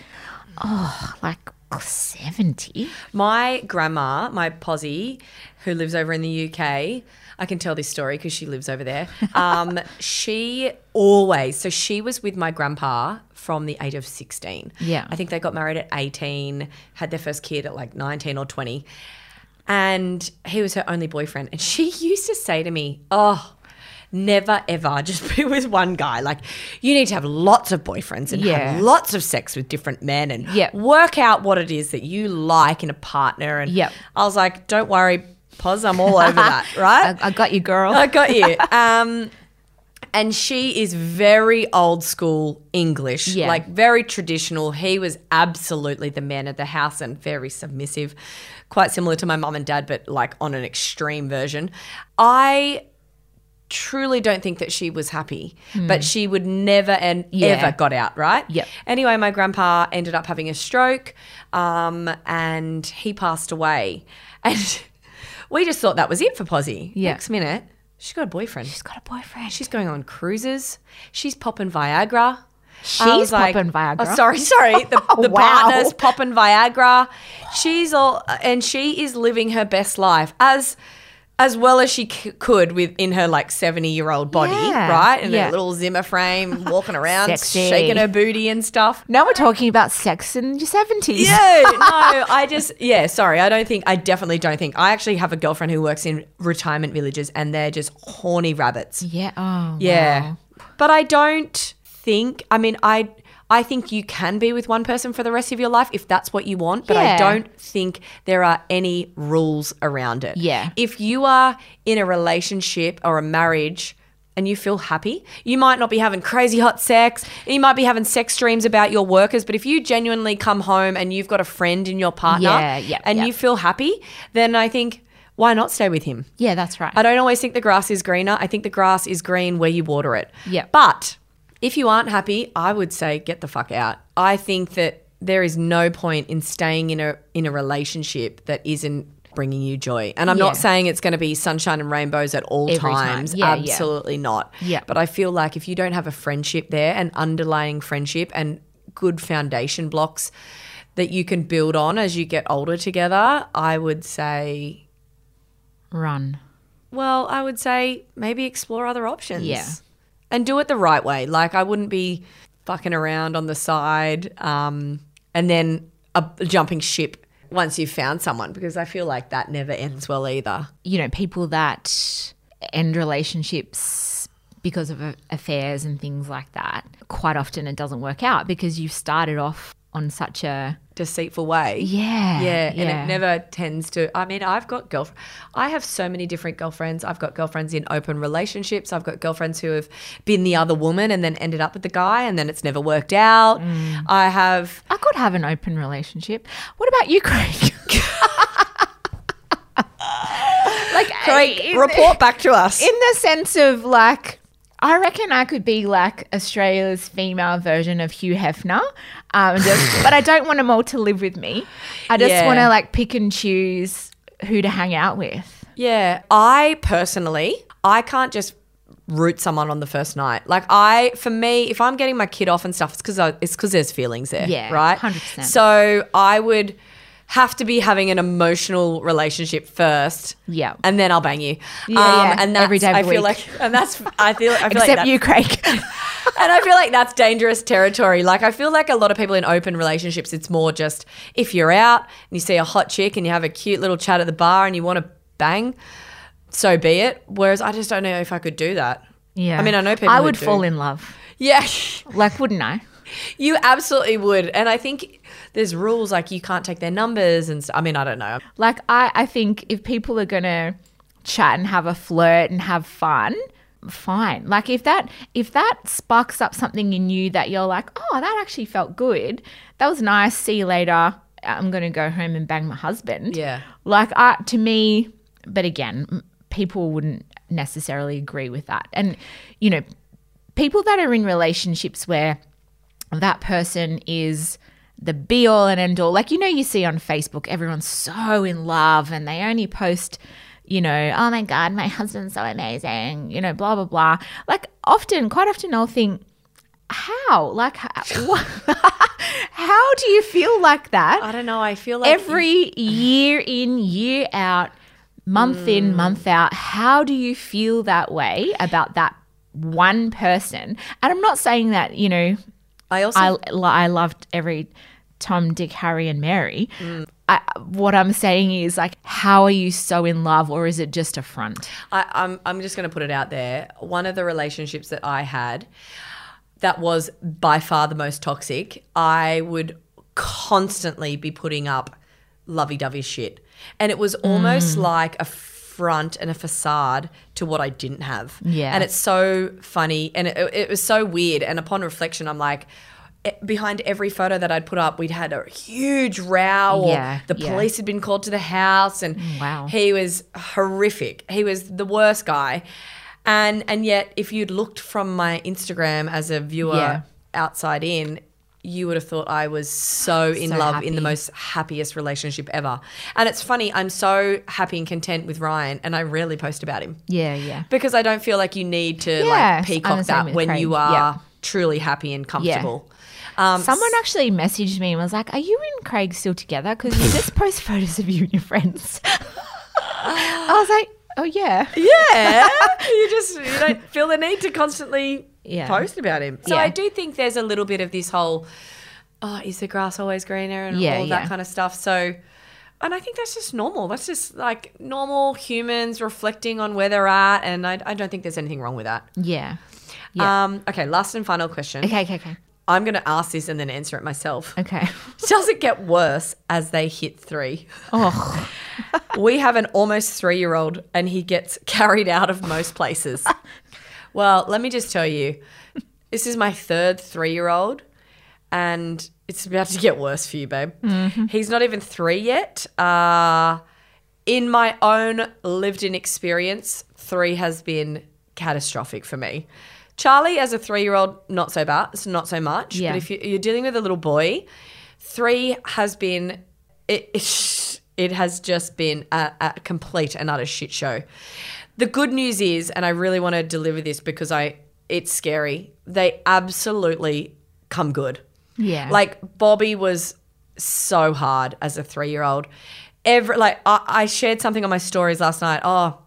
oh, like seventy. My grandma, my posse, who lives over in the UK, I can tell this story because she lives over there. Um, she always, so she was with my grandpa from the age of 16. Yeah. I think they got married at 18, had their first kid at like 19 or 20. And he was her only boyfriend. And she used to say to me, Oh, never ever just be with one guy. Like, you need to have lots of boyfriends and have Yeah. lots of sex with different men and Yep. work out what it is that you like in a partner. And Yep. I was like, don't worry, Poz, I'm all over that, right? I, I got you, girl. I got you. Um, and she is very old school English, Yeah. like very traditional. He was absolutely the man of the house and very submissive, quite similar to my mum and dad, but like on an extreme version. I truly don't think that she was happy, but she would never and ever got out, right? Hmm. Yep. Anyway, my grandpa ended up having a stroke um, and he passed away. And we just thought that was it for Posy. Yeah. Next minute, She's got a boyfriend. She's got a boyfriend. She's going on cruises. She's popping Viagra. I was She's like- popping Viagra. Oh, sorry, sorry. The, the Wow. partner's popping Viagra. She's all, and she is living her best life as as well as she c- could with in her like seventy year old body, Yeah. right? In Yeah. a little Zimmer frame, walking around, Sexy. shaking her booty and stuff. Now we're talking about sex in your seventies. Yeah, no, I just yeah, sorry. I don't think I definitely don't think. I actually have a girlfriend who works in retirement villages and they're just horny rabbits. Yeah. Oh. Yeah. wow. But I don't think I mean I I think you can be with one person for the rest of your life if that's what you want, but I Yeah. don't think there are any rules around it. Yeah. If you are in a relationship or a marriage and you feel happy, you might not be having crazy hot sex, and you might be having sex dreams about your workers, but if you genuinely come home and you've got a friend in your partner Yeah, yeah, and yeah. you feel happy, then I think why not stay with him? Yeah, that's right. I don't always think the grass is greener. I think the grass is green where you water it. Yeah. But if you aren't happy, I would say get the fuck out. I think that there is no point in staying in a in a relationship that isn't bringing you joy. And I'm Yeah. not saying it's going to be sunshine and rainbows at all Every time. times. Yeah, yeah. Absolutely not. Yeah. But I feel like if you don't have a friendship there, an underlying friendship and good foundation blocks that you can build on as you get older together, I would say Run. well, I would say maybe explore other options. Yeah. And do it the right way. Like I wouldn't be fucking around on the side um, and then a, jumping ship once you've found someone because I feel like that never ends well either. You know, people that end relationships because of a- affairs and things like that. Quite often, it doesn't work out because you started off on such a Deceitful way. yeah, Yeah, and it never tends to. I mean, I've got girlf. I have so many different girlfriends. I've got girlfriends in open relationships. I've got girlfriends who have been the other woman and then ended up with the guy, and then it's never worked out. Mm. I have I could have an open relationship. What about you, Craig? like in, report back to us. in the sense of like I reckon I could be like Australia's female version of Hugh Hefner, um, just, but I don't want them all to live with me. I just Yeah. want to like pick and choose who to hang out with. Yeah. I personally, I can't just root someone on the first night. Like I, for me, if I'm getting my kid off and stuff, it's because it's because there's feelings there. Yeah, Right. 100%. So I would have to be having an emotional relationship first. Yeah. And then I'll bang you. Um, Yeah, yeah. And that's, Every day of I the feel week. like, and that's, I feel, I feel like Except that- you, Craig. and I feel like that's dangerous territory. Like I feel like a lot of people in open relationships, it's more just if you're out and you see a hot chick and you have a cute little chat at the bar and you want to bang, so be it. Whereas I just don't know if I could do that. I mean, I know people. I who would do. fall in love. Yeah, Like, wouldn't I? you absolutely would. And I think there's rules like you can't take their numbers and. St- I mean, I don't know. Like I, I think if people are gonna chat and have a flirt and have fun, fine. Like if that if that sparks up something in you that you're like, oh, that actually felt good. That was nice. See you later. I'm gonna go home and bang my husband. Yeah. Like I, to me, but again, m- people wouldn't necessarily agree with that. And you know, people that are in relationships where that person is the be all and end all. Like, you know, you see on Facebook, everyone's so in love and they only post, you know, oh my God, my husband's so amazing, you know, blah, blah, blah. Like, often, quite often, I'll think, how? Like, how, how do you feel like that? I don't know. I feel like Every year in, year out, month Mm. in, month out, how do you feel that way about that one person? And I'm not saying that, you know, I also I, I loved every Tom, Dick, Harry, and Mary. I, what I'm saying is, like, how are you so in love, or is it just a front? I, I'm, I'm just going to put it out there. One of the relationships that I had that was by far the most toxic, I would constantly be putting up lovey dovey shit. And it was almost Mm. like a front and a facade to what I didn't have. Yeah. And it's so funny and it, it was so weird. And upon reflection, I'm like, eh, Behind every photo that I'd put up, we'd had a huge row, or Yeah, the yeah. police had been called to the house, and Wow. he was horrific. He was the worst guy. And and yet if you'd looked from my Instagram as a viewer Yeah. outside in, you would have thought I was so in So love in the happy. most happiest relationship ever. And it's funny, I'm so happy and content with Ryan, and I rarely post about him Yeah, yeah. because I don't feel like you need to Yes, like I'm the peacock same that with when Craig. you are Yeah. truly happy and comfortable. Um, Someone actually messaged me and was like, "Are you and Craig still together? Because you just post photos of you and your friends." I was like, "Oh yeah, Yeah, you just you don't feel the need to constantly Yeah. post about him. So Yeah. I do think there's a little bit of this whole, oh, is the grass always greener and Yeah, all yeah. that kind of stuff. So, and I think that's just normal. That's just like normal humans reflecting on where they're at, and I, I don't think there's anything wrong with that. yeah, yeah." Um, okay, last and final question. okay, okay, okay, I'm going to ask this and then answer it myself. okay. Does it get worse as they hit three? Oh, we have an almost three year old and he gets carried out of most places. well, let me just tell you this is my third three year old and it's about to get worse for you, babe. He's not even three yet. Uh, in my own lived in experience, three has been catastrophic for me. Charlie, as a three year old, not so bad, it's not so much. Yeah. But if you, you're dealing with a little boy, three has been, it, it, it has just been a, a complete and utter shit show. The good news is, and I really want to deliver this because I, it's scary. They absolutely come good. yeah. Like Bobby was so hard as a three year old. Every like I, I shared something on my stories last night. Oh,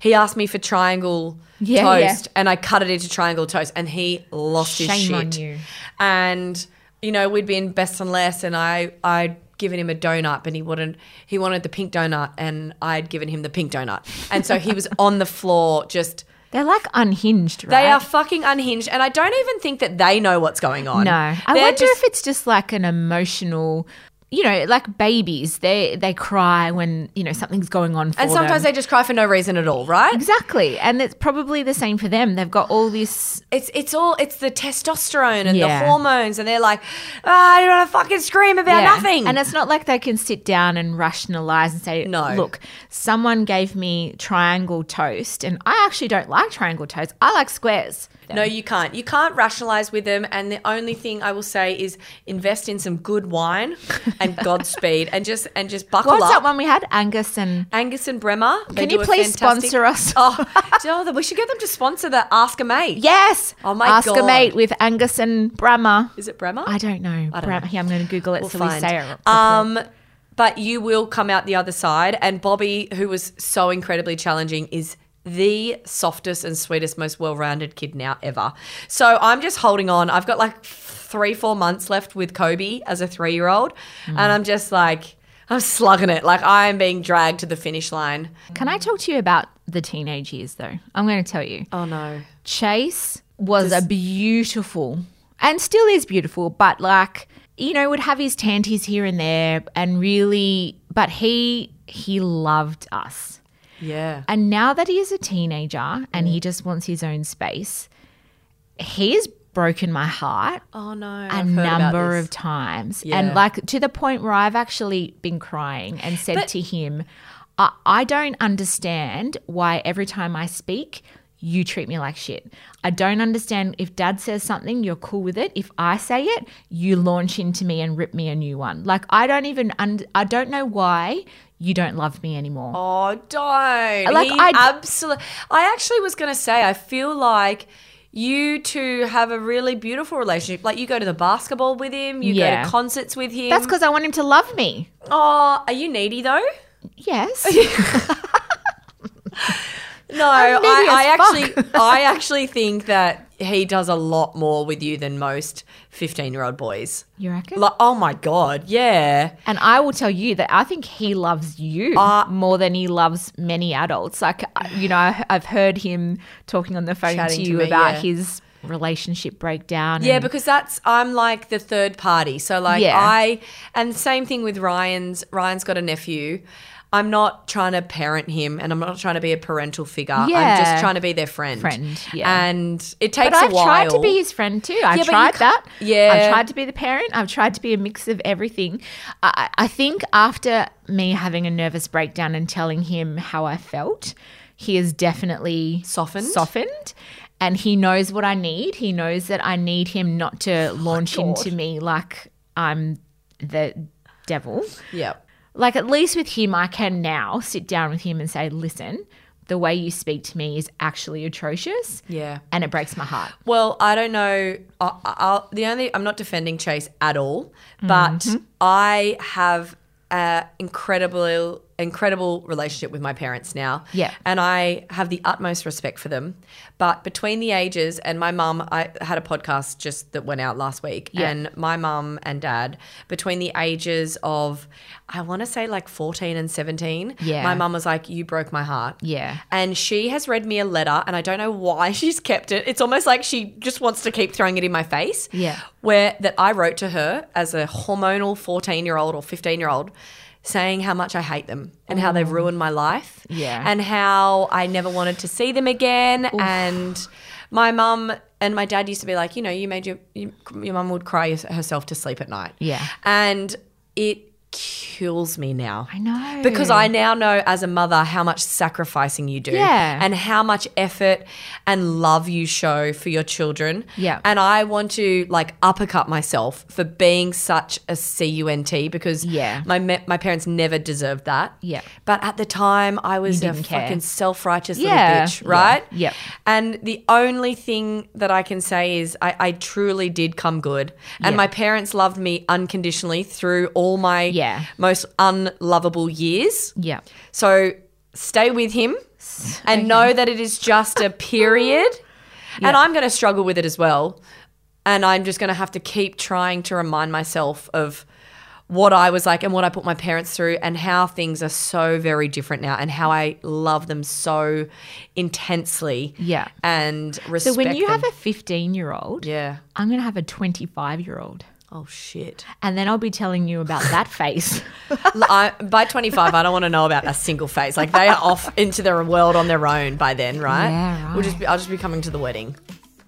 he asked me for triangle Yeah, toast, and I cut it into triangle toast, and he lost his shit. Shame on you. And you know we'd been best and less, and I I'd given him a donut, and he wouldn't. He wanted the pink donut, and I'd given him the pink donut, and so he was on the floor just. they're like unhinged, right? They are fucking unhinged, and I don't even think that they know what's going on. No, I They're wonder just- if it's just like an emotional. You know, like babies, they they cry when you know something's going on. For And sometimes them. they just cry for no reason at all, right? exactly, and it's probably the same for them. They've got all this It's it's all it's the testosterone and Yeah. the hormones, and they're like, "Ah, I don't want to fucking scream about Yeah. nothing. And it's not like they can sit down and rationalize and say, No. look, someone gave me triangle toast and I actually don't like triangle toast. I like squares. no, you can't. You can't rationalize with them. And the only thing I will say is invest in some good wine and Godspeed, and just and just buckle What's up. that one we had? Angus and Angus and Bremer. they Can you do a please fantastic- sponsor us? oh, do you know that- we should get them to sponsor the Ask a Mate. Yes. Oh my Ask God. a mate with Angus and Brahma. Is it Bremer? I don't know. I don't Brahma. know. Yeah, I'm going to Google it We'll so find. we say it. properly. Um, but you will come out the other side. And Bobby, who was so incredibly challenging, is the softest and sweetest, most well-rounded kid now ever. So I'm just holding on. I've got like three, four months left with Kobe as a three-year-old, Mm. and I'm just like. I'm slugging it like I am being dragged to the finish line. Can I talk to you about the teenage years, though? I'm going to tell you. Oh no. Chase was a beautiful and still is beautiful, but like, you know, would have his tanties here and there and really but he he loved us. Yeah. And now that he is a teenager and he just wants his own space, he's broken my heart Oh no. a number of times. Yeah. And like to the point where I've actually been crying and said to him, I, I don't understand why every time I speak, you treat me like shit. I don't understand if dad says something, you're cool with it. If I say it, you launch into me and rip me a new one. Like I don't even und- I don't know why you don't love me anymore. Oh, don't. Like, Like, I- I absolutely. I actually was going to say, I feel like you two have a really beautiful relationship. Like, you go to the basketball with him, you go Yeah. to concerts with him. That's cuz I want him to love me. Oh, are you needy though? Yes. No, needy I, I as actually, I actually think that he does a lot more with you than most fifteen-year-old boys. you reckon? Like, oh my god, yeah. And I will tell you that I think he loves you Uh, more than he loves many adults. Like, I- you know, I- I've heard him talking on the phone to Chatting to you me, about yeah. his relationship breakdown. Yeah, and- because that's I'm like the third party. So like Yeah. I and same thing with Ryan's. Ryan's got a nephew. I'm not trying to parent him, and I'm not trying to be a parental figure. I'm Yeah. just trying to be their friend. Friend, yeah. And it takes but a I've while. tried to be his friend too. I Yeah, but you tried ca- that. Yeah. I've tried to be the parent. I've tried to be a mix of everything. I, I I think after me having a nervous breakdown and telling him how I felt, he is definitely Softened? Softened. and he knows what I need. He knows that I need him not to launch into me like I'm the devil. Yep. Like at least with him, I can now sit down with him and say, "Listen, the way you speak to me is actually atrocious." Yeah. and it breaks my heart. Well, I don't know. I, I'll, the only I'm not defending Chase at all, but Mm-hmm. I have an incredible, incredible relationship with my parents now. Yeah. and I have the utmost respect for them. But between the ages and my mum, I had a podcast just that went out last week, Yeah. and my mum and dad, between the ages of, I want to say like 14 and 17, Yeah. my mum was like, "You broke my heart." Yeah. and she has read me a letter and i don't know why she's kept it it's almost like she just wants to keep throwing it in my face Yeah. where that i wrote to her as a hormonal 14 year old or 15 year old saying how much i hate them and how they've ruined my life Oh. Yeah. and how i never wanted to see them again and my mum and my dad used to be like you know you made your you, your mum would cry herself to sleep at night Yeah. and it kills me now I know. because I now know as a mother how much sacrificing you do Yeah. and how much effort and love you show for your children. Yeah. And I want to like uppercut myself for being such a cunt because Yeah. my me- my parents never deserved that. Yeah. But at the time I was a didn't care. fucking self-righteous Yeah. little bitch, right? Yeah. Yeah. And the only thing that I can say is I, I truly did come good. And Yeah. my parents loved me unconditionally through all my Yeah. most unlovable years. yeah, So stay with him and know that it is just a period. And I'm going to struggle with it as well. And I'm just going to have to keep trying to remind myself of what I was like and what I put my parents through and how things are so very different now and how I love them so intensely. Yeah. And so respect when you them. have a 15 year old, Yeah. I'm going to have a 25 year old. Oh shit. And then I'll be telling you about that face. L- I, by 25, I don't want to know about a single face. Like they are off into their world on their own by then, right? Yeah, We'll just be, I'll just be coming to the wedding.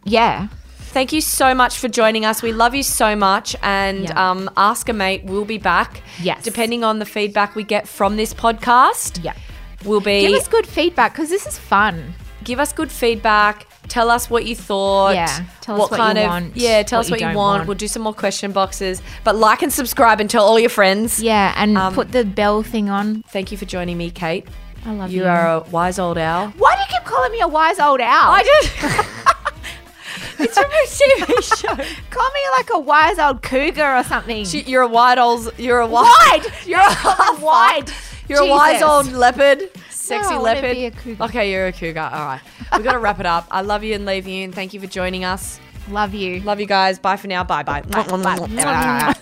Yeah. Thank you so much for joining us. We love you so much. And Yeah. um, Ask a Mate will be back. Yes. Depending on the feedback we get from this podcast. Yeah. Will be Give us good feedback because this is fun. give us good feedback. Tell us what you thought. Yeah. Tell us what you want, Yeah, tell what us you what you, don't want. want. We'll do some more question boxes. But like and subscribe and tell all your friends. Yeah. And put the bell thing on. Thank you for joining me, Kate. I love you. You are a wise old owl. Why do you keep calling me a wise old owl? I did. it's from a TV show. Call me like a wise old cougar or something. She- You're a wide old. You're a wide. wide. You're a wide. You're a wise Jesus. old leopard. Sexy No, I wanna leopard. be a cougar. Okay, you're a cougar. All right. We've got to wrap it up. I love you and leave you and thank you for joining us. Love you. Love you guys. Bye for now. Bye bye. Bye.